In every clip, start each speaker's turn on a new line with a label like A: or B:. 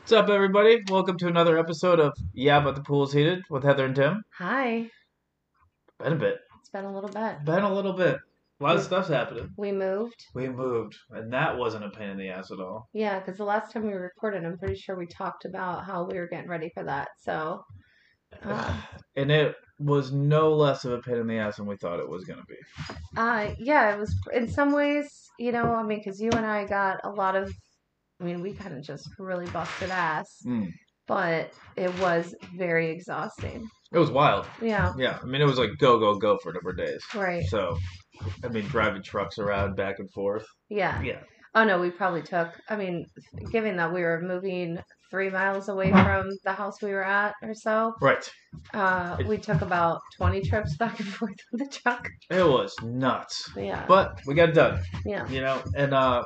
A: What's up, everybody? Welcome to another episode of Yeah, but the pool's heated with Heather and Tim.
B: Hi.
A: Been a bit,
B: It's been a little bit.
A: been a little bit. A lot of stuff's happening.
B: We moved.
A: We moved, and that wasn't a pain in the ass at all.
B: Yeah, because the last time we recorded, I'm pretty sure we talked about how we were getting ready for that. So, uh,
A: And it was no less of a pain in the ass than we thought it was gonna be.
B: uh, yeah, it was in some ways, you know, I mean, because you and I got a lot of, I mean, we kind of just really busted ass,
A: Mm.
B: but it was very exhausting.
A: It was wild.
B: Yeah,
A: Yeah, I mean it was like go go go for a number of days.
B: right.
A: So, I mean driving trucks around back and forth.
B: Yeah.
A: Yeah.
B: Oh, no, we probably took, I mean, given that we were moving three miles away from the house we were at or so,
A: Right.
B: uh, we took about 20 trips back and forth with the truck.
A: It was nuts.
B: Yeah.
A: But we got it done.
B: yeah.
A: you know and uh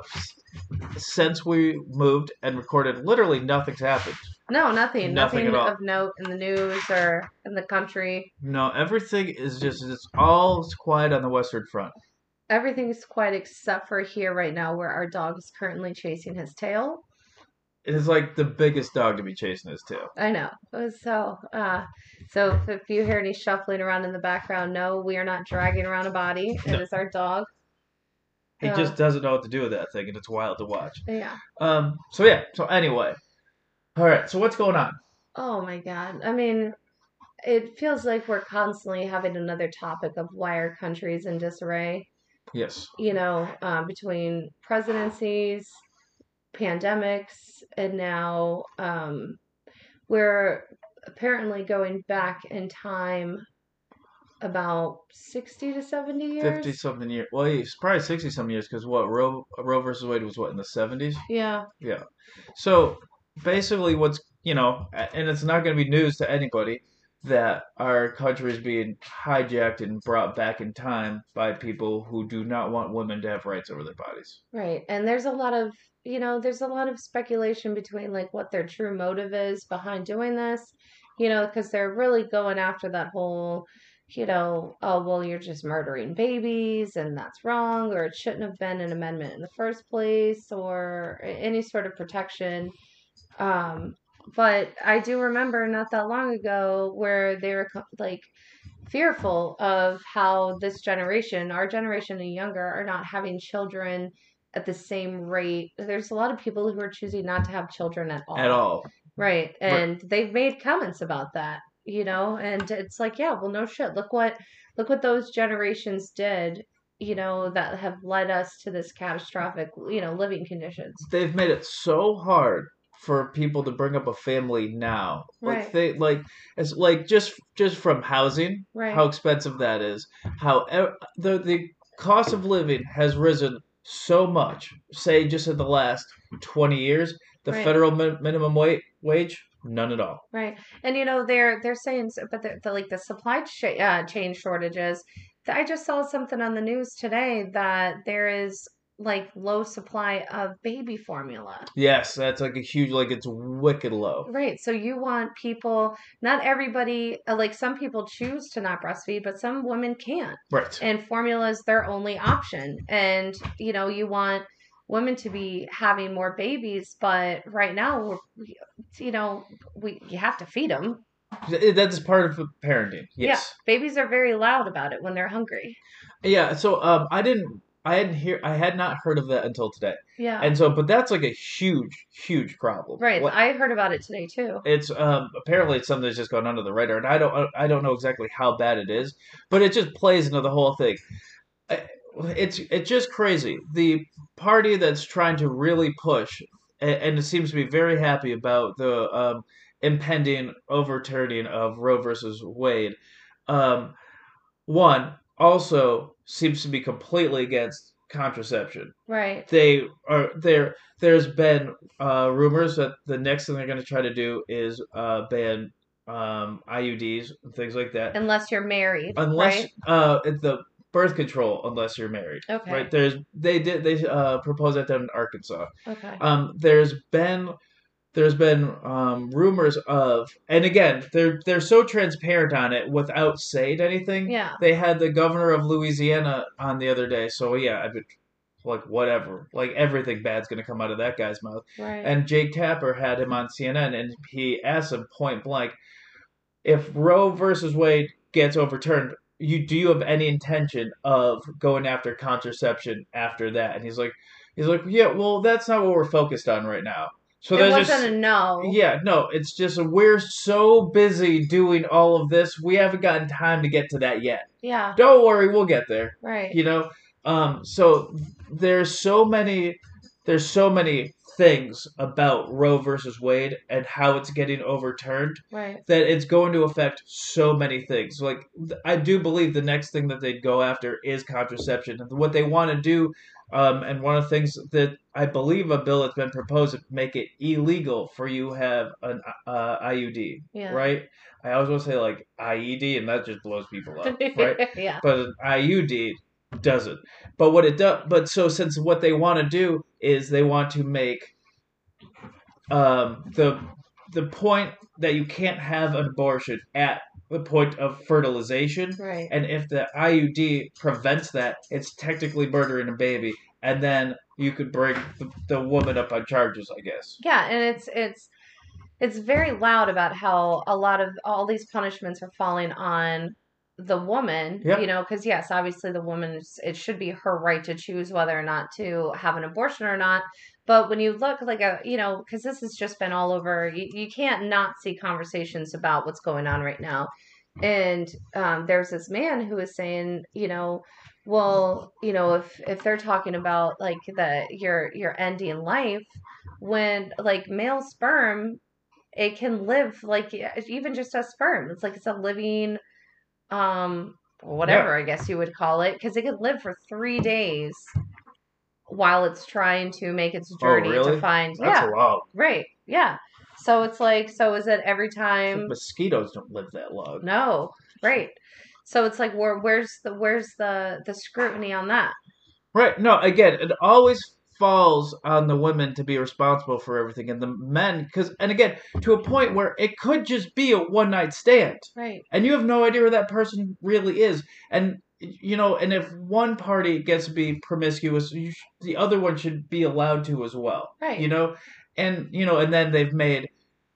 A: since we moved and recorded literally nothing's happened
B: No,
A: Nothing
B: nothing. Nothing,
A: at all.
B: of note in the news or in the country.
A: no everything is just it's all is quiet on the western front
B: Everything is quiet except for here right now where our dog is currently chasing his tail.
A: it is like the biggest dog to be chasing his tail
B: I know. So, uh, so if, if you hear any shuffling around in the background, no, we are not dragging around a body. It
A: No.
B: is our dog.
A: he
B: Yeah.
A: just doesn't know what to do with that thing and it's wild to watch
B: Yeah.
A: um so yeah so anyway all right so what's going on
B: Oh my God. I mean, it feels like we're constantly having another topic of why our country is in disarray.
A: yes
B: you know, um, between presidencies, pandemics, and now um, we're apparently going back in time about 60 to 70 years.
A: 50 something years well he's probably 60 something years because what roe roe versus wade was what in the 70s
B: Yeah.
A: So basically, what's you know, and it's not going to be news to anybody that our country is being hijacked and brought back in time by people who do not want women to have rights over their bodies.
B: Right. And there's a lot of, you know, there's a lot of speculation between like what their true motive is behind doing this, you know, because they're really going after that whole, you know, oh, well, you're just murdering babies and that's wrong, or it shouldn't have been an amendment in the first place, or a- any sort of protection. Um, but I do remember not that long ago where they were co- like fearful of how this generation, our generation and younger, are not having children at the same rate. There's a lot of people who are choosing not to have children at all.
A: At all.
B: Right. And they've made comments about that, you know, and it's like, yeah, well no shit. Look what look what those generations did, you know, that have led us to this catastrophic, you know, living conditions.
A: They've made it so hard for people to bring up a family now. Like
B: Right.
A: they like it's like just just from housing,
B: Right.
A: how expensive that is. How e- the the cost of living has risen so much. Say just in the last twenty years, the
B: Right.
A: federal min- minimum wage wage none at all.
B: Right. And you know, they're they're saying s- but the, the like the supply cha- uh, chain shortages. Th- I just saw something on the news today that there is like low supply of baby formula.
A: Yes, that's like a huge like it's wicked low.
B: Right. So you want people, not everybody, uh, like some people choose to not breastfeed, but some women can't.
A: Right.
B: And formula is their only option. And, you know, you want women to be having more babies, but right now, we're, we- you know, we you have to feed them.
A: Th- That's part of parenting. Yes.
B: Babies are very loud about it when they're hungry.
A: Yeah. So um, I didn't. I hadn't hear. I had not heard of that until today.
B: Yeah.
A: And so, but that's like a huge, huge problem.
B: right.
A: What-
B: I heard about it today too.
A: It's um apparently it's something that's just gone under the radar, and I don't I don't know exactly how bad it is, but it just plays into the whole thing. I- It's it's just crazy. The party that's trying to really push, a- and it seems to be very happy about the um, impending overturning of Roe versus Wade. Um, one also seems to be completely against contraception
B: Right.
A: they are there. There's been uh, rumors that the next thing they're going to try to do is uh, ban um, IUDs and things like that,
B: Unless you're married.
A: unless
B: Right?
A: uh, it's the birth control, unless you're married.
B: Okay.
A: Right? There's they did they uh, proposed that down in Arkansas.
B: Okay.
A: Um, there's been there's been um, rumors of, and again, they're they're so transparent on it without saying anything
B: Yeah.
A: they had the governor of Louisiana on the other day. So yeah, I've been like whatever, like everything bad's gonna come out of that guy's mouth.
B: Right.
A: And Jake Tapper had him on CNN, and he asked him point blank, if Roe versus Wade gets overturned, you do you have any intention of going after contraception after that? And he's like, he's like, yeah, well, that's not what we're focused on right now. So
B: it
A: there's
B: wasn't
A: just
B: a no.
A: yeah, no, it's just we're so busy doing all of this, we haven't gotten time to get to that yet.
B: Yeah,
A: Don't worry, we'll get there
B: Right.
A: you know um so there's so many there's so many things about roe versus wade and how it's getting overturned
B: Right.
A: that it's going to affect so many things like th- i do believe the next thing that they'd go after is contraception And what they want to do um, and one of the things that i believe a bill that's been proposed is make it illegal for you have an uh, iud
B: Yeah.
A: right i always want to say like ied and that just blows people up right
B: yeah.
A: but an IUD doesn't. But what it does, but so since what they want to do is they want to make um, the the point that you can't have an abortion at the point of fertilization,
B: Right.
A: and if the IUD prevents that, it's technically murdering a baby, and then you could bring the, the woman up on charges, I guess.
B: Yeah, and it's it's it's very loud about how a lot of all these punishments are falling on the woman.
A: Yeah.
B: You know, because yes, obviously the woman's it should be her right to choose whether or not to have an abortion or not. But when you look like a you know, because this has just been all over. You, you can't not see conversations about what's going on right now. And um, there's this man who is saying, you know, well, you know, if if they're talking about like the your your ending life when like male sperm it can live like e, even just a sperm it's like it's a living um whatever i guess you would call it because it can live for three days while it's trying to make its journey
A: Oh, really?
B: to find
A: That's
B: yeah
A: long.
B: right yeah so it's like so is it every time
A: Mosquitoes don't live that long.
B: no right so it's like where where's the where's the the scrutiny on that
A: Right. No, again, it always falls on the women to be responsible for everything and the men because and again to a point where it could just be a one night stand
B: right
A: and you have no idea where that person really is and you know and if one party gets to be promiscuous you sh- the other one should be allowed to as well
B: Right.
A: you know and you know and then they've made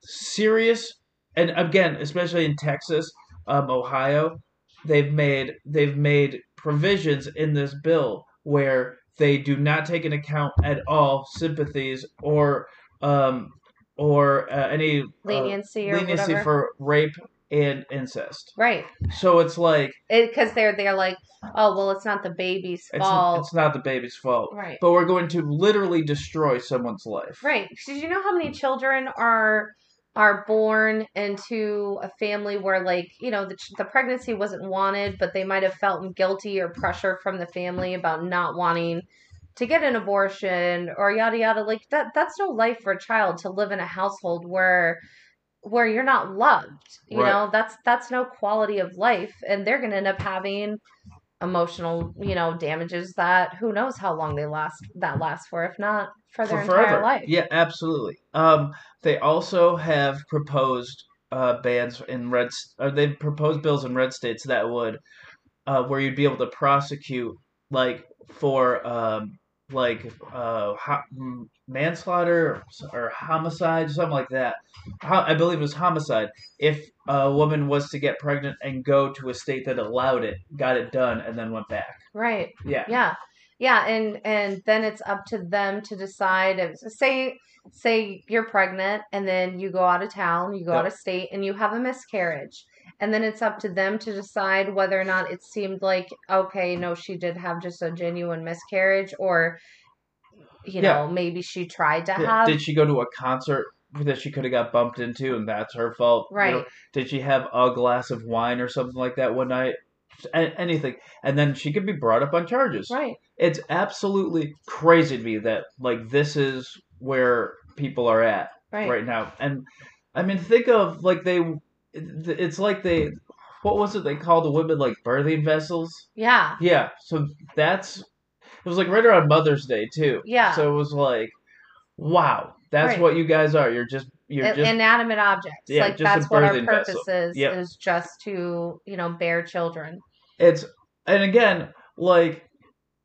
A: serious and again especially in texas um, ohio they've made they've made provisions in this bill where they do not take into account at all sympathies or um or uh, any uh,
B: leniency or
A: leniency
B: whatever
A: for rape and incest.
B: right
A: So it's like
B: because they're they're like, oh well, it's not the baby's
A: it's,
B: fault,
A: it's not the baby's fault,
B: right?
A: but we're going to literally destroy someone's life.
B: Right? Because you know how many children are are born into a family where like you know the ch- the pregnancy wasn't wanted, but they might have felt guilty or pressure from the family about not wanting to get an abortion or yada yada. Like that that's no life for a child to live in a household where where you're not loved you
A: Right.
B: know that's that's no quality of life and they're going to end up having emotional you know damages that who knows how long they last that last for if not for their
A: For
B: entire
A: forever.
B: life
A: Yeah, absolutely. Um, they also have proposed uh, bans in red. s- Or they've proposed bills in red states that would, uh, where you'd be able to prosecute like for um, like uh, ho- m- manslaughter or, or homicide, something like that. Ho- I believe it was homicide. If a woman was to get pregnant and go to a state that allowed it, got it done, and then went back.
B: right
A: Yeah.
B: yeah yeah and and then it's up to them to decide if say say you're pregnant and then you go out of town you go out
A: Yep.
B: of state and you have a miscarriage and then it's up to them to decide whether or not it seemed like okay no she did have just a genuine miscarriage or you
A: Yeah.
B: know maybe she tried to
A: Did-
B: have
A: Did she go to a concert that she could have got bumped into, and that's her fault? you know?
B: right
A: did she have a glass of wine or something like that one night? A- anything, and then she could be brought up on charges.
B: right
A: It's absolutely crazy to me that like this is where people are at
B: right
A: right now. And I mean, think of like they. It's like they. What was it they called the women like birthing vessels?
B: yeah
A: Yeah. So that's. It was like right around Mother's Day too.
B: Yeah.
A: So it was like, wow, that's
B: Right.
A: what you guys are. You're just you're
B: An-
A: just
B: inanimate objects
A: Yeah,
B: like
A: just a
B: that's what our
A: birthing
B: purpose
A: vessel.
B: is
A: Yep.
B: is just to you know bear children
A: it's and again like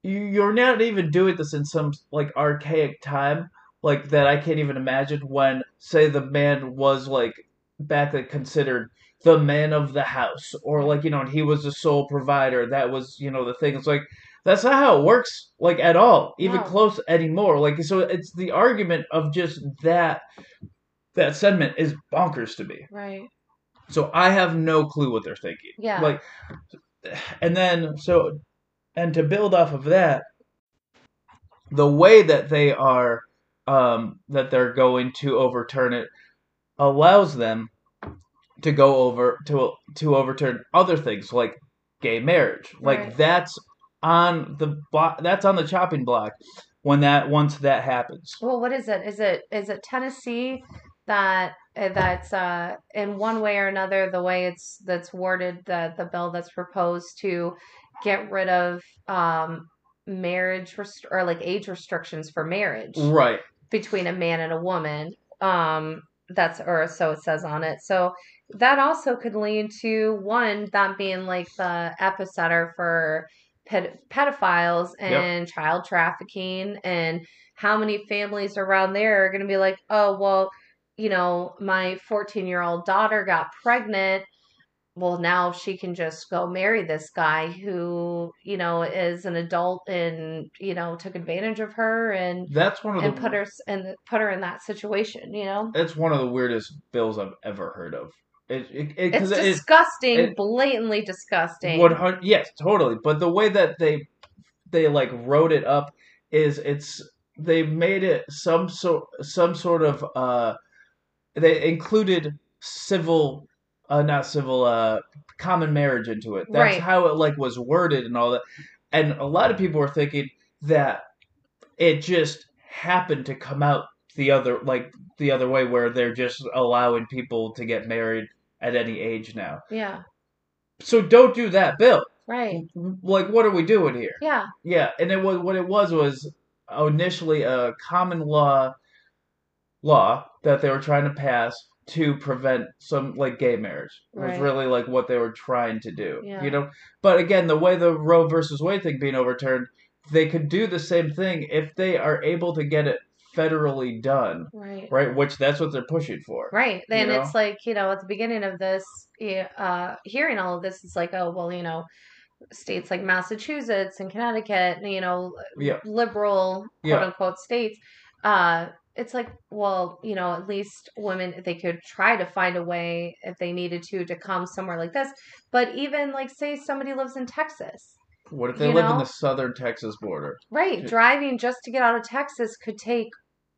A: you- you're not even doing this in some like archaic time like that I can't even imagine when say the man was like back then considered the man of the house or like you know and he was the sole provider that was you know the thing it's like that's not how it works like at all even
B: No.
A: close anymore like so it's the argument of just that that sentiment is bonkers to me
B: Right.
A: so I have no clue what they're thinking
B: Yeah.
A: like and then so and to build off of that the way that they are um that they're going to overturn it allows them to go over to to overturn other things like gay marriage like
B: Right.
A: that's on the blo- that's on the chopping block when that once that happens
B: well, what is it? Is it is it Tennessee that uh, that's uh in one way or another the way it's that's worded that the bill that's proposed to get rid of um marriage rest- or like age restrictions for marriage.
A: right
B: between a man and a woman. Um, that's or so it says on it. So that also could lead to one that being like the epicenter for ped- pedophiles and child trafficking, and how many families around there are going to be like, oh well, you know, my 14 year old daughter got pregnant. Well, now she can just go marry this guy who, you know, is an adult and, you know, took advantage of her and
A: that's one of
B: and
A: the
B: put her and put her in that situation. You know,
A: that's one of the weirdest bills I've ever heard of it, it, it,
B: it's
A: 'cause it- it-
B: disgusting,
A: it-
B: blatantly disgusting.
A: One hundred, yes, totally. But the way that they they like wrote it up is it's they made it some sort some sort of uh they included civil uh not civil uh common marriage into it. That's
B: Right.
A: how it like was worded and all that. And a lot of people were thinking that it just happened to come out the other like the other way where they're just allowing people to get married at any age now.
B: yeah,
A: So don't do that, Bill
B: right.
A: Mm. Mm-hmm. like what are we doing here
B: Yeah,
A: yeah and it was what it was was initially a common law law that they were trying to pass to prevent some like gay marriage was
B: Right.
A: really like what they were trying to do
B: Yeah.
A: you know but again the way the roe versus wade thing being overturned they could do the same thing if they are able to get it federally done
B: right.
A: right which that's what they're pushing for
B: Right. Then
A: You
B: it's like, you know, at the beginning of this, yeah, uh, hearing all of this, it's like, oh, well, you know, states like Massachusetts and Connecticut, you know,
A: Yeah.
B: liberal, quote
A: Yeah.
B: unquote, states, uh, it's like, well, you know, at least women, they could try to find a way if they needed to, to come somewhere like this. But even like, say somebody lives in Texas,
A: what if they
B: You
A: live in
B: know?
A: the southern texas border
B: right?
A: Yeah.
B: Driving just to get out of Texas could take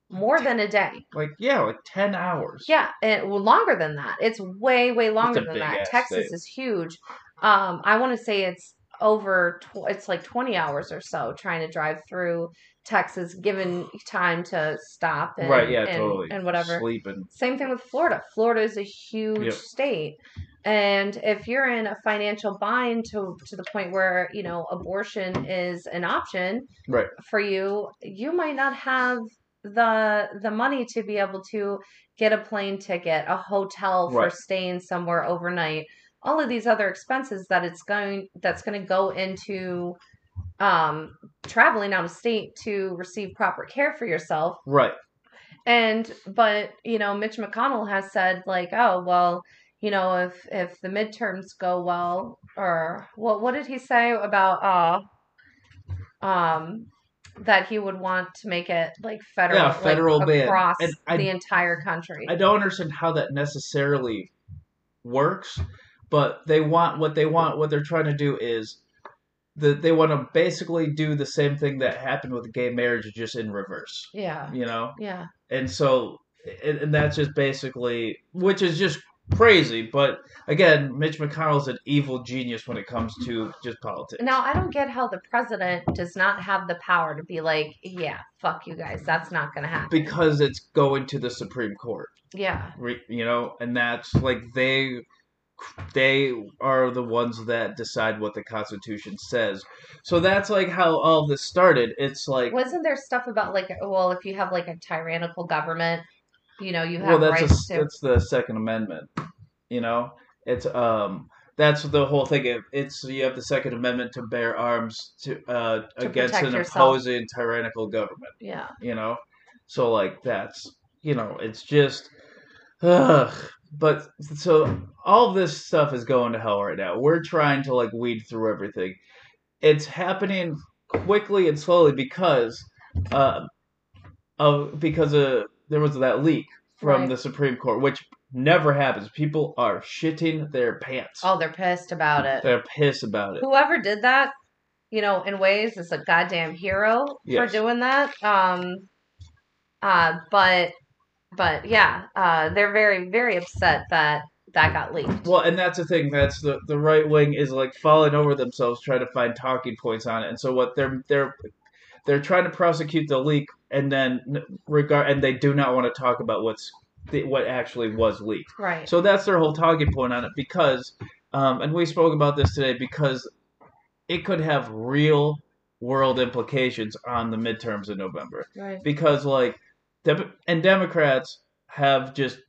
B: more than a day.
A: like yeah like 10 hours
B: Yeah, and well, longer than that. It's way, way longer
A: a
B: than
A: big
B: that.
A: ass
B: Texas
A: state.
B: is huge. Um, I want to say it's over. Tw- it's like twenty hours or so trying to drive through Texas, given time to stop. And,
A: right yeah
B: and,
A: totally
B: and whatever.
A: sleeping
B: Same thing with Florida. Florida is a huge
A: Yep.
B: state. And if you're in a financial bind to to the point where, you know, abortion is an option
A: Right.
B: for you, you might not have the the money to be able to get a plane ticket, a hotel for
A: Right.
B: staying somewhere overnight, all of these other expenses that it's going that's going to go into um traveling out of state to receive proper care for yourself
A: Right.
B: and but you know, Mitch McConnell has said like, oh well, you know, if if the midterms go well, or what what did he say about uh, um, that he would want to make it like federal,
A: Yeah, federal
B: like,
A: ban.
B: across
A: And I-
B: the entire country.
A: I don't understand how that necessarily works, but they want what they want. What they're trying to do is that they want to basically do the same thing that happened with gay marriage, just in reverse.
B: yeah,
A: You know,
B: yeah,
A: and so and, and that's just basically, which is just crazy. But again, Mitch McConnell's an evil genius when it comes to just politics.
B: Now, I don't get how the president does not have the power to be like, yeah, fuck you guys, that's not gonna happen.
A: because it's going to the Supreme Court.
B: yeah,
A: re- you know and that's like they they are the ones that decide what the constitution says so that's like how all this started it's like
B: wasn't there stuff about like, oh, well, if you have like a tyrannical government, you know, you
A: well
B: have
A: that's a,
B: rights to
A: that's the second amendment you know it's um that's the whole thing. It- It's you have the Second Amendment to bear arms to, uh,
B: To
A: against
B: protect
A: an
B: yourself.
A: opposing tyrannical government.
B: Yeah.
A: You know, so like that's you know it's just, ugh. But so all this stuff is going to hell right now. We're trying to like weed through everything. It's happening quickly and slowly because, uh, of because uh, there was that leak from
B: right.
A: the Supreme Court, which never happens. People are shitting their pants.
B: Oh, they're pissed about it.
A: They're pissed about it.
B: whoever did that, you know, in ways is a goddamn hero
A: Yes.
B: for doing that. Um uh but but yeah, uh they're very very upset that that got leaked.
A: Well, and that's the thing. That's the the right wing is like falling over themselves trying to find talking points on it. And so what they're they're they're trying to prosecute the leak, and then regard and they do not want to talk about what's the, what actually was leaked.
B: Right.
A: So that's their whole talking point on it because, um, and we spoke about this today because it could have real world implications on the midterms in November
B: Right.
A: because like, Dem- and Democrats have just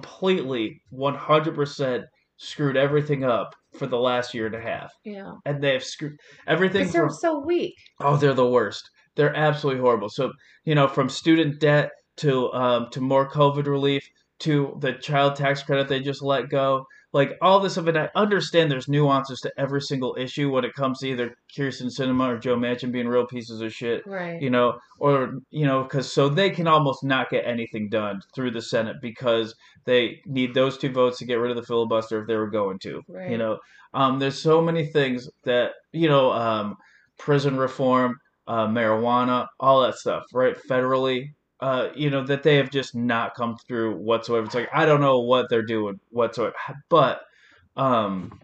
A: completely 100% screwed everything up for the last year and a half
B: Yeah.
A: and they've screwed everything
B: Because they're
A: from
B: so weak.
A: oh they're the worst they're absolutely horrible so you know from student debt to um to more covid relief to the child tax credit they just let go like all this of it i understand there's nuances to every single issue when it comes to either kirsten cinema or joe manchin being real pieces of shit
B: Right.
A: you know or you know because so they can almost not get anything done through the senate because they need those two votes to get rid of the filibuster if they were going to
B: Right.
A: you know um, there's so many things that you know um, prison reform uh, marijuana all that stuff right federally uh, you know that they have just not come through whatsoever it's like i don't know what they're doing whatsoever but um,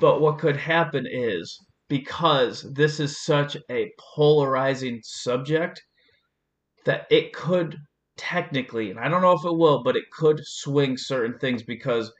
A: But what could happen is because this is such a polarizing subject that it could technically, and I don't know if it will, but it could swing certain things because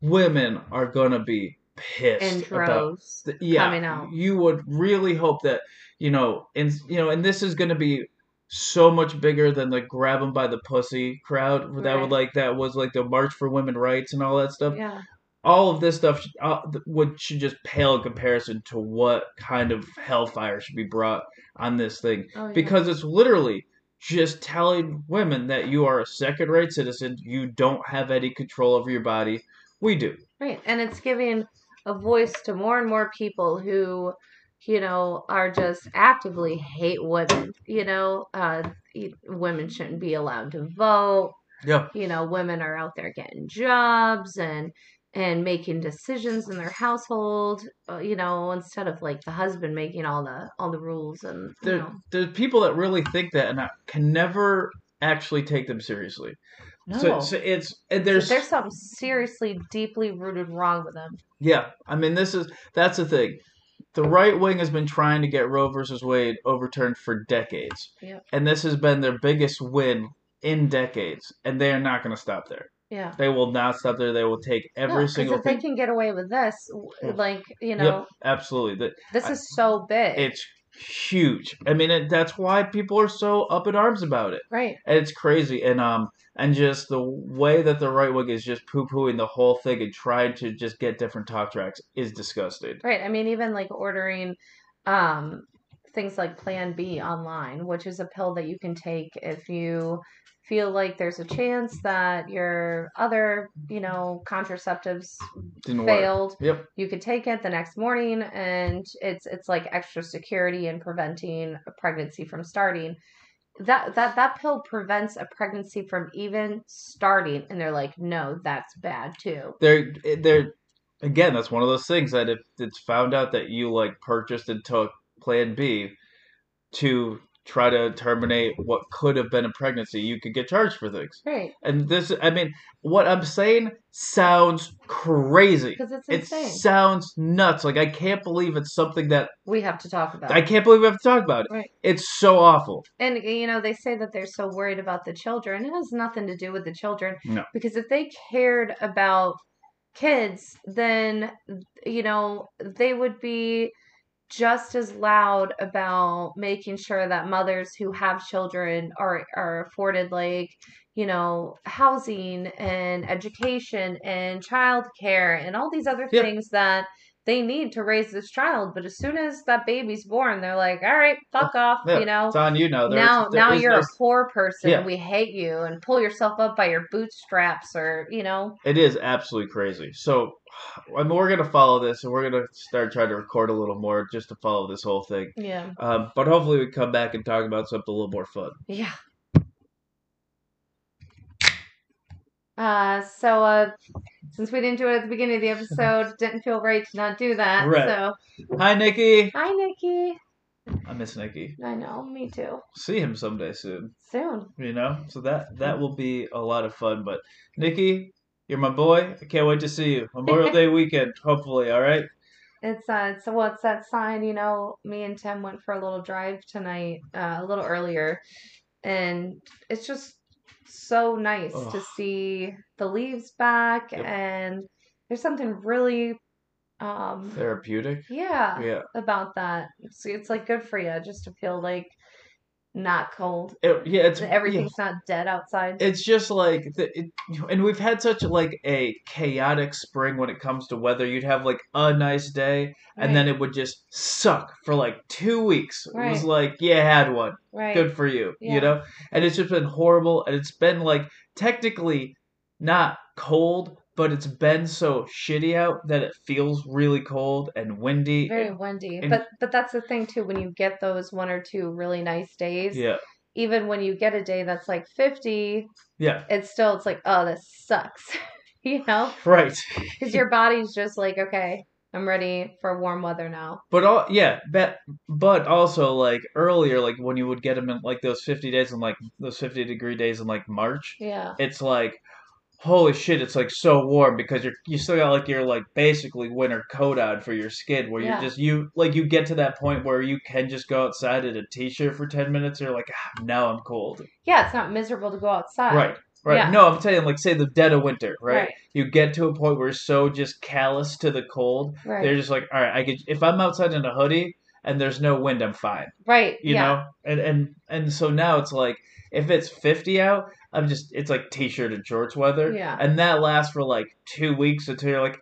A: women are going to be pissed
B: In
A: about
B: droves.
A: th- yeah,
B: coming out.
A: You would really hope that you know, and you know, and this is going to be so much bigger than the grab them by the pussy crowd that
B: Right.
A: would like that was like the march for women rights and all that stuff
B: Yeah.
A: all of this stuff should, uh, th- would should just pale in comparison to what kind of hellfire should be brought on this thing
B: Oh, yeah.
A: because it's literally just telling women that you are a second rate citizen you don't have any control over your body we do
B: Right. And it's giving a voice to more and more people who, you know, are just actively hate women. You know, uh, e- women shouldn't be allowed to vote.
A: yeah
B: You know, women are out there getting jobs and and making decisions in their household. uh, You know, instead of like the husband making all the all the rules and you
A: there,
B: know,
A: there's people that really think that and i can never actually take them seriously
B: no.
A: so, so it's and there's
B: there's, there's something seriously, deeply rooted wrong with them.
A: Yeah, I mean, this is that's the thing. The right wing has been trying to get Roe versus Wade overturned for decades,
B: Yep.
A: and this has been their biggest win in decades. And they are not going to stop there.
B: Yeah.
A: They will not stop there. They will take
B: No,
A: every
B: 'cause
A: single
B: if they
A: thing.
B: can get away with this, w-
A: Yeah.
B: like you
A: Yep.
B: know,
A: Absolutely, that
B: This
A: I-
B: is so big.
A: it's huge. I mean, it, that's why people are so up in arms about it.
B: right.
A: And it's crazy and um and just the way that the right wing is just poo pooing the whole thing and trying to just get different talk tracks is disgusting.
B: Right. I mean, even like ordering um things like Plan B online, which is a pill that you can take if you feel like there's a chance that your other, you know, contraceptives
A: Didn't work.
B: failed.
A: Yep.
B: You could take it the next morning and it's it's like extra security in preventing a pregnancy from starting. That that that pill prevents a pregnancy from even starting and they're like, "No, that's bad too."
A: they're they're again that's one of those things that if it's found out that you like purchased and took plan b to try to terminate what could have been a pregnancy you could get charged for things
B: Right.
A: and this i mean what i'm saying sounds crazy
B: Because it's
A: it
B: insane.
A: sounds nuts like i can't believe it's something that
B: we have to talk about.
A: i can't believe we have to talk about it
B: Right.
A: it's so awful
B: and you know, they say that they're so worried about the children. It has nothing to do with the children.
A: No.
B: Because if they cared about kids, then you know, they would be just as loud about making sure that mothers who have children are are afforded like you know housing and education and childcare and all these other
A: Yeah.
B: things that they need to raise this child but as soon as that baby's born they're like all right fuck off
A: Yeah.
B: you know
A: It's on you now. There's,
B: now
A: there
B: now
A: is
B: you're
A: no-
B: a poor person
A: Yeah.
B: and we hate you and pull yourself up by your bootstraps or you know
A: It is absolutely crazy. So, I mean, we're gonna follow this, and we're gonna start trying to record a little more just to follow this whole thing.
B: yeah
A: Um, but hopefully, we come back and talk about something a little more fun.
B: Yeah. Uh, so uh, since we didn't do it at the beginning of the episode, didn't feel right to not do that.
A: Right.
B: So
A: Hi, Nikki.
B: hi, Nikki.
A: I miss Nikki.
B: I know, me too.
A: See him someday soon.
B: Soon.
A: You know, so that that will be a lot of fun. But Nikki, you're my boy. I can't wait to see you Memorial Day weekend. Hopefully, all right.
B: It's uh, it's what's that sign? You know, me and Tim went for a little drive tonight, uh, a little earlier, and it's just so nice to
A: Ugh.
B: see the leaves back,
A: Yep.
B: and there's something really, um,
A: Therapeutic.
B: yeah,
A: Yeah.
B: about that. It's, it's like good for you just to feel like not cold.
A: It- yeah. It's
B: that
A: yeah.
B: Everything's not dead outside.
A: it's just like the, it, and we've had such like a chaotic spring when it comes to weather you'd have like a nice day and then it would just suck for like two weeks it was
B: Right.
A: like yeah had one
B: right.
A: good for you
B: Yeah.
A: you know and it's just been horrible and it's been like technically not cold but it's been so shitty out that it feels really cold and windy
B: Very windy.
A: and-
B: but but that's the thing too. When you get those one or two really nice days,
A: yeah
B: even when you get a day that's like fifty,
A: yeah
B: it's still it's like oh this sucks, you know,
A: right
B: because your body's just like okay. I'm ready for warm weather now.
A: But all yeah, but but also like earlier, like when you would get them in like those fifty days and like those fifty degree days in like March,
B: Yeah.
A: it's like holy shit, it's like so warm because you're you still got like your like basically winter coat on for your skin where
B: Yeah.
A: you're just you like you get to that point where you can just go outside in a t shirt for ten minutes, you're like ah, now I'm cold.
B: Yeah, it's not miserable to go outside.
A: Right. Right.
B: Yeah.
A: No, I'm telling like say the dead of winter, right?
B: Right.
A: You get to a point where you're so just callous to the cold.
B: Right.
A: They're just like, all right, I could if I'm outside in a hoodie and there's no wind, I'm fine.
B: right.
A: You
B: yeah.
A: know? And and and so now it's like if it's fifty out, I'm just it's like t shirt and shorts weather.
B: Yeah.
A: And that lasts for like two weeks until you're like,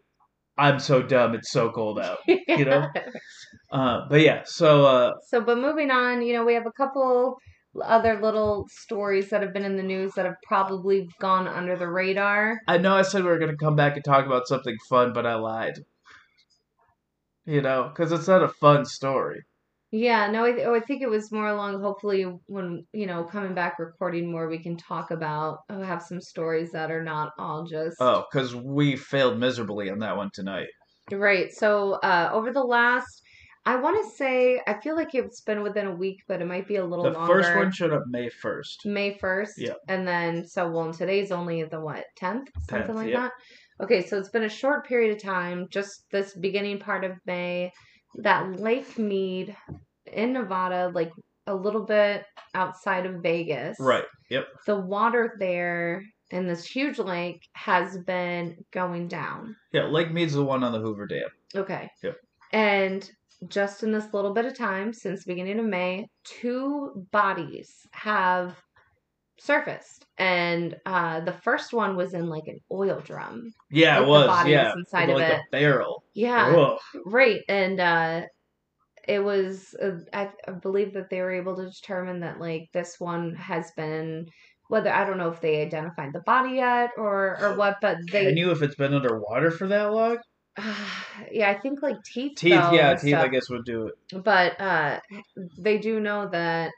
A: I'm so dumb, it's so cold out. you know? Uh but yeah, so uh
B: So, but moving on, you know, we have a couple other little stories that have been in the news that have probably gone under the radar.
A: I know I said we were going to come back and talk about something fun, but I lied. You know, because it's not a fun story.
B: Yeah, no, I, th- oh, I think it was more along. Hopefully, when you know, coming back recording more, we can talk about oh, have some stories that are not all just
A: Oh, because we failed miserably on that one tonight.
B: right. So, uh, over the last, I want to say, I feel like it's been within a week, but it might be a little
A: The
B: longer.
A: first one showed up May 1st.
B: May 1st.
A: Yeah.
B: And then, so, well, and today's only the what, 10th? Something
A: 10th,
B: like
A: yeah.
B: that. Okay, so it's been a short period of time, just this beginning part of May, that Lake Mead in Nevada, like a little bit outside of Vegas.
A: Right. Yep.
B: The water there in this huge lake has been going down.
A: Yeah, Lake Mead's the one on the Hoover Dam.
B: Okay.
A: Yep.
B: And just in this little bit of time since the beginning of May, two bodies have surfaced. And uh, the first one was in like an oil drum.
A: Yeah,
B: Like
A: it
B: the
A: was.
B: body
A: yeah.
B: was inside
A: With,
B: of
A: like
B: it.
A: a barrel.
B: Yeah.
A: Ugh.
B: Right. And uh, it was, uh, I, I believe that they were able to determine that like this one has been. Whether I don't know if they identified the body yet or or what, but they
A: Can you if it's been underwater for that long?
B: yeah, I think like teeth,
A: Teeth,
B: though,
A: yeah,
B: and
A: teeth
B: stuff.
A: I guess would do it.
B: but uh they do know that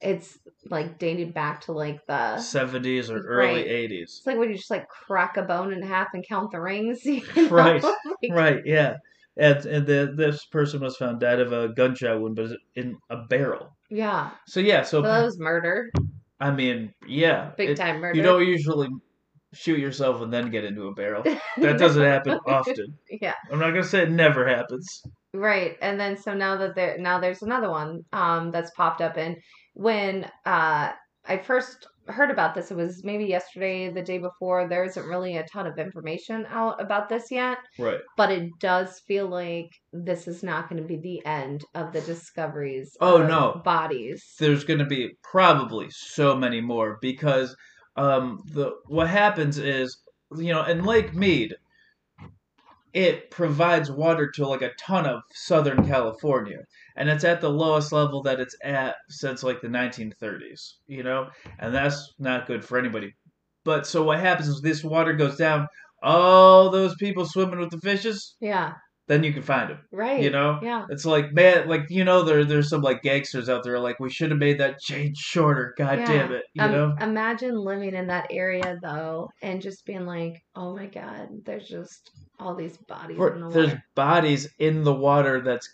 B: it's like dated back to like the
A: 70s or early
B: right.
A: 80s.
B: it's like when you just like crack a bone in half and count the rings you know?
A: Right.
B: Like,
A: Right, yeah. And, and the, this person was found dead of a gunshot wound, but in a barrel.
B: yeah
A: So yeah, so
B: so that was murder
A: I mean, yeah,
B: big
A: it-
B: time murder
A: You don't usually shoot yourself and then get into a barrel. That doesn't happen often.
B: yeah
A: I'm not gonna say it never happens.
B: right and then so now that there now there's another one um that's popped up and when uh I I first heard about this. It was maybe yesterday, the day before. There isn't really a ton of information out about this yet,
A: Right.
B: but it does feel like this is not going to be the end of the discoveries.
A: Oh,
B: of
A: no.
B: bodies.
A: there's going to be probably so many more because um, the what happens is you know in Lake Mead it provides water to like a ton of Southern California and it's at the lowest level that it's at since like the 1930s you know and that's not good for anybody but so what happens is this water goes down all those people swimming with the fishes
B: Yeah,
A: then you can find them
B: right.
A: you know
B: Yeah,
A: it's like man, like you know, there there's some like gangsters out there. Like we should have made that change shorter. God
B: Yeah.
A: damn it, you
B: um,
A: know.
B: imagine living in that area though, and just being like, "Oh my God, there's just all these bodies
A: For-
B: in the
A: there's
B: water."
A: bodies in the water that's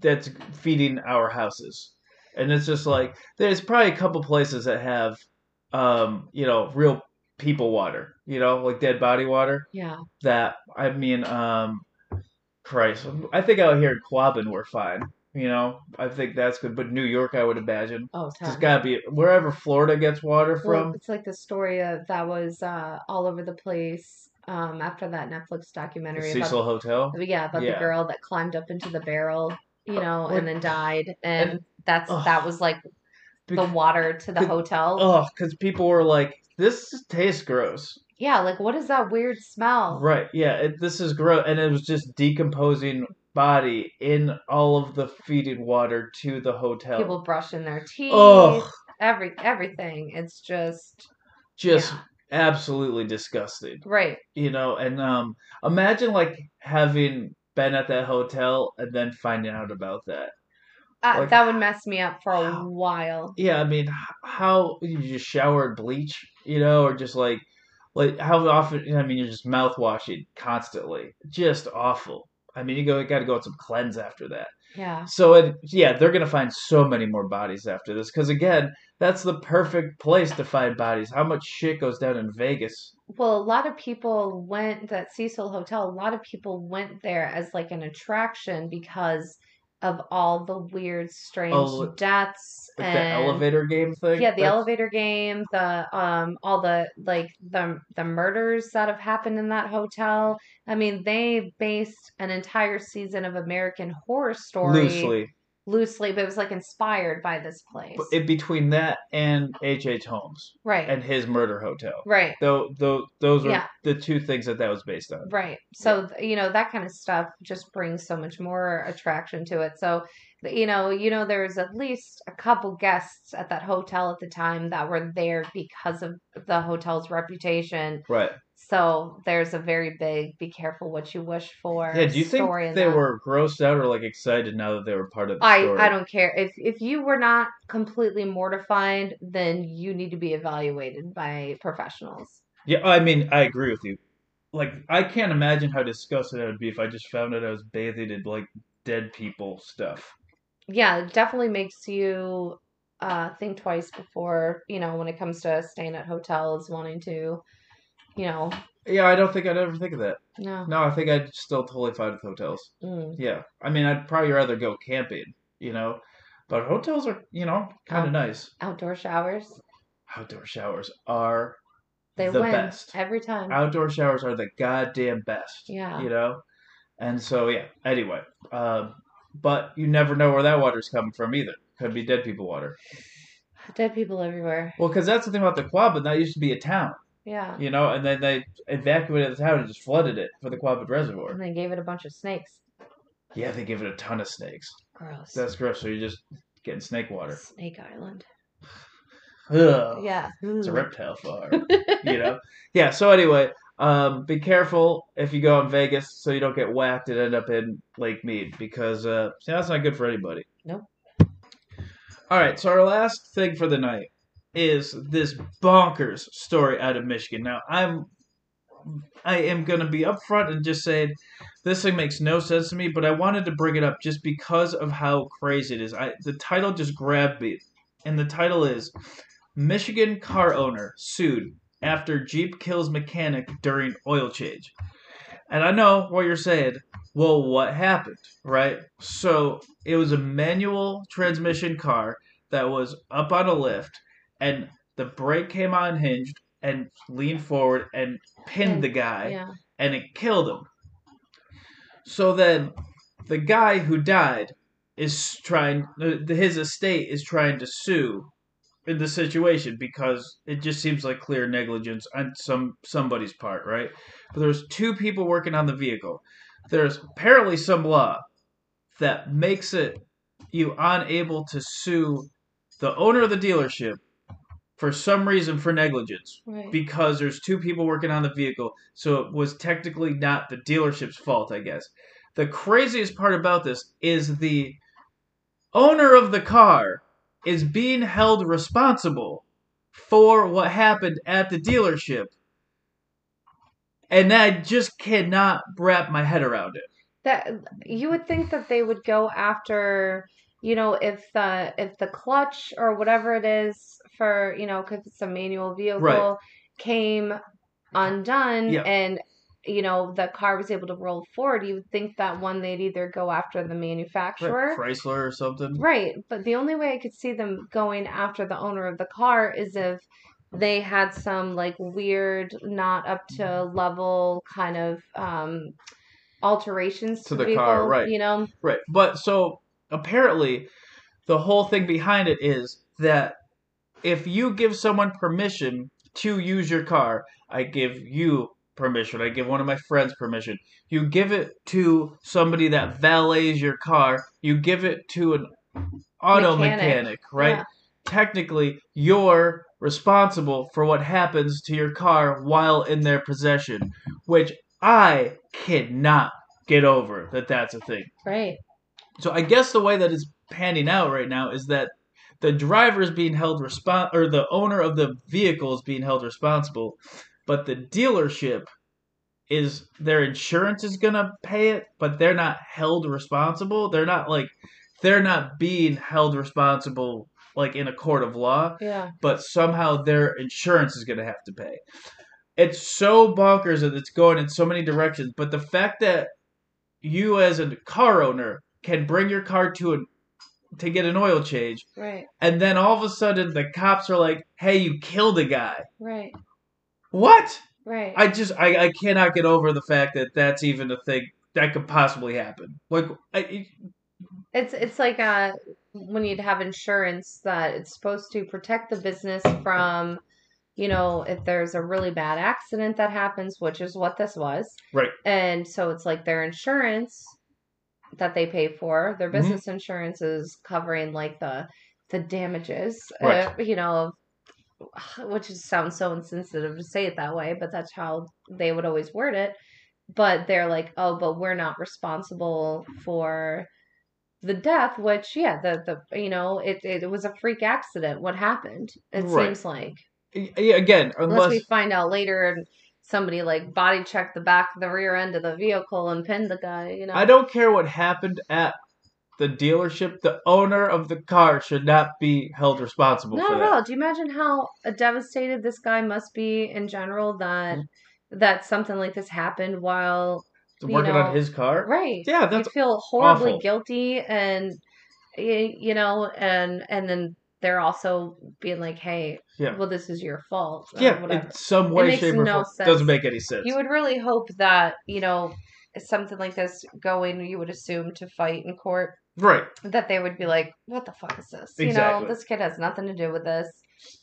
A: that's feeding our houses, and it's just like there's probably a couple places that have, um, you know, real people water. You know, like dead body water.
B: Yeah,
A: That I mean, um, Christ, I think out here in Quabbin we're fine. You know, I think that's good. But New York, I would imagine.
B: oh,
A: There's
B: ton.
A: gotta be wherever Florida gets water
B: Well,
A: from.
B: it's like the story of that was uh, all over the place um, after that Netflix
A: the
B: documentary
A: Cecil Hotel.
B: about yeah about
A: Yeah.
B: the girl that climbed up into the barrel, you know,
A: Like-
B: and then died, and,
A: and-
B: that's
A: ugh.
B: that was like the
A: Because,
B: water to the
A: Bec-
B: hotel.
A: oh, because people were like, "This tastes gross."
B: yeah, like what is that weird smell?
A: Right? Yeah, it, this is gross, and it was just decomposing body in all of the feeding water to the hotel.
B: People brushing their teeth,
A: Ugh.
B: every everything. It's just
A: just
B: yeah.
A: absolutely disgusting,
B: right.
A: you know. And um, imagine like having been at that hotel and then finding out about that.
B: Uh,
A: Like-
B: that would mess me up for a
A: Wow.
B: while.
A: Yeah, I mean, h- how you just shower and bleach, you know, or just like, like how often? I mean, you're just mouth washing constantly, just awful. I mean, you go got to go on some cleanse after that.
B: Yeah.
A: So, it, yeah, they're gonna find so many more bodies after this because again, that's the perfect place to find bodies. How much shit goes down in Vegas?
B: Well, a lot of people went that Cecil Hotel. A lot of people went there as like an attraction because of all the weird, strange
A: Oh,
B: deaths
A: Like the
B: and
A: elevator game thing.
B: yeah, the
A: That's-
B: elevator game, the um, all the like the the murders that have happened in that hotel. I mean, they based an entire season of American Horror Story
A: Loosely,
B: loosely, but it was like inspired by this place,
A: But in between that and H. H. Holmes
B: right?
A: and his murder hotel.
B: right.
A: Though, though, those are
B: Yeah.
A: the two things that that was based on.
B: Right. So, th- you know, that kind of stuff just brings so much more attraction to it. So, th- you know, you know there's at least a couple guests at that hotel at the time that were there because of the hotel's reputation.
A: Right.
B: So, there's a very big be careful what you wish for
A: Yeah, do you think
B: story in
A: they
B: that.
A: were grossed out or like excited now that they were part of the
B: I,
A: story?
B: I don't care if if you were not completely mortified, then you need to be evaluated by professionals.
A: Yeah, I mean, I agree with you. Like, I can't imagine how disgusting that would be if I just found out I was bathing in like dead people stuff.
B: yeah, it definitely makes you uh think twice before, you know, when it comes to staying at hotels, wanting to, you know,
A: Yeah, I don't think I'd ever think of that.
B: no.
A: No, I think I'd still totally fight with hotels.
B: Mm.
A: Yeah, I mean, I'd probably rather go camping, you know. But hotels are, you know, kind of
B: Um,
A: nice.
B: Outdoor showers,
A: Outdoor showers are
B: they
A: the
B: win
A: best.
B: every time.
A: Outdoor showers are the goddamn best.
B: Yeah.
A: you know and so yeah anyway um but you never know where that water's coming from either could be dead people water
B: Dead people everywhere.
A: well because that's the thing about the quabbin that used to be a town
B: Yeah.
A: you know and then they evacuated the town and just flooded it for the quabbin reservoir
B: And they gave it a bunch of snakes. Mm-hmm.
A: yeah they give it a ton of snakes
B: Gross.
A: that's gross so you're just getting snake water
B: Snake Island.
A: Ugh.
B: Yeah.
A: it's a reptile farm you know yeah so anyway um, be careful if you go in Vegas so you don't get whacked and end up in Lake Mead because uh, see, that's not good for anybody.
B: Nope.
A: All right, so our last thing for the night is this bonkers story out of Michigan. Now I'm I am going to be upfront and just say this thing makes no sense to me, but I wanted to bring it up just because of how crazy it is. I the title just grabbed me, and the title is Michigan car owner sued after Jeep kills mechanic during oil change. And I know what you're saying. Well, what happened, right? So it was a manual transmission car that was up on a lift, and the brake came unhinged and leaned forward and pinned the guy
B: yeah.
A: and it killed him. So then the guy who died is trying, uh, his estate is trying to sue in the situation because it just seems like clear negligence on some somebody's part, right? But there's two people working on the vehicle. There's apparently some law that makes it you unable to sue the owner of the dealership for some reason for negligence
B: Right.
A: because there's two people working on the vehicle, so it was technically not the dealership's fault, I guess. The craziest part about this is the owner of the car is being held responsible for what happened at the dealership. And I just cannot wrap my head around it.
B: that you would think that they would go after you know if the if the clutch or whatever it is for you know if it's a manual vehicle
A: Right.
B: came undone
A: Yeah.
B: and you know the car was able to roll forward you would think that one they'd either go after the manufacturer
A: Chrysler or something.
B: Right, but the only way I could see them going after the owner of the car is if they had some like weird, not up to level kind of um alterations
A: To the car,
B: vehicle,
A: right.
B: You know,
A: Right. But so apparently, the whole thing behind it is that if you give someone permission to use your car, I give you permission. I give one of my friends permission. You give it to somebody that valets your car. You give it to an auto
B: Mechanic.
A: mechanic, right?
B: Yeah.
A: Technically, you're responsible for what happens to your car while in their possession, which I cannot get over that that's a thing.
B: Right.
A: So I guess the way that it's panning out right now is that the driver is being held respon or the owner of the vehicle is being held responsible, but the dealership is their insurance is gonna pay it, but they're not held responsible. They're not like they're not being held responsible like in a court of law
B: Yeah.
A: but somehow their insurance is going to have to pay. It's so bonkers that it's going in so many directions, but the fact that you as a car owner can bring your car to an to get an oil change
B: Right.
A: and then all of a sudden the cops are like, "Hey, you killed a guy."
B: Right.
A: What?
B: Right.
A: I just I, I cannot get over the fact that that's even a thing that could possibly happen. Like I,
B: It's it's like uh when you'd have insurance that it's supposed to protect the business from, you know, if there's a really bad accident that happens, which is what this was.
A: Right.
B: And so it's like their insurance that they pay for, their
A: Mhm.
B: business insurance is covering like the the damages,
A: Right.
B: uh, you know, which is, sounds so insensitive to say it that way, but that's how they would always word it. But they're like, oh, but we're not responsible for the death, which yeah, the the you know, it it was a freak accident. What happened? It
A: Right.
B: seems like
A: yeah, again,
B: unless,
A: unless
B: we find out later and somebody like body checked the back, the rear end of the vehicle and pinned the guy. You know,
A: I don't care what happened at the dealership. The owner of the car should not be held responsible
B: not
A: for
B: at
A: that.
B: all. Do you imagine how devastated this guy must be in general that
A: Mm-hmm.
B: that something like this happened while You
A: Working
B: know,
A: on his car.
B: right?
A: Yeah,
B: you
A: that's
B: feel horribly
A: awful.
B: guilty and y- you know and and then they're also being like hey
A: Yeah.
B: well this is your fault or
A: yeah.
B: uh, whatever
A: In some
B: It
A: way,
B: makes
A: shape, or
B: no
A: form,
B: sense.
A: doesn't make any sense.
B: you would really hope that you know something like this going you would assume to fight in court
A: right.
B: that they would be like what the fuck is this
A: Exactly.
B: you know this kid has nothing to do with this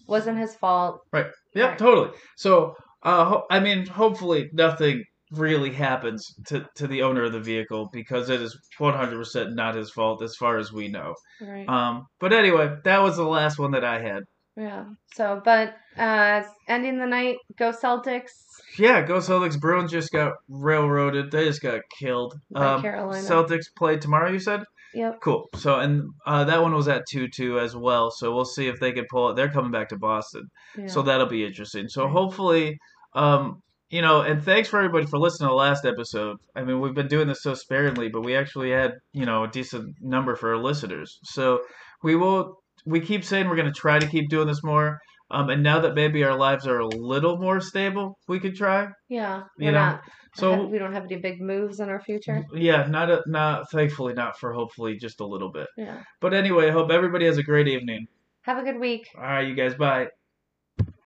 B: wasn't his fault
A: Yep.
B: Right.
A: Totally. So, uh, ho- I mean, hopefully, nothing really happens to to the owner of the vehicle because it is 100% not his fault as far as we know.
B: right
A: Um. But anyway, that was the last one that I had.
B: yeah so but uh ending the night go celtics
A: Yeah, go Celtics. Bruins just got railroaded. They just got killed. Um,
B: By Carolina.
A: Celtics play tomorrow. You said
B: yep
A: cool. So and uh, that one was at two two as well. So we'll see if they can pull it. They're coming back to Boston,
B: yeah.
A: so that'll be interesting. So
B: Right.
A: hopefully, um, you know, and thanks for everybody for listening to the last episode. I mean, we've been doing this so sparingly, but we actually had you know a decent number for our listeners. So we will. We keep saying we're going to try to keep doing this more. Um, and now that maybe our lives are a little more stable, we could try.
B: yeah
A: You
B: we're
A: know,
B: not
A: So
B: we don't have any big moves in our future
A: yeah, not a, not thankfully not for hopefully just a little bit.
B: yeah
A: But anyway, I hope everybody has a great evening.
B: have a good week
A: All right, you guys, bye.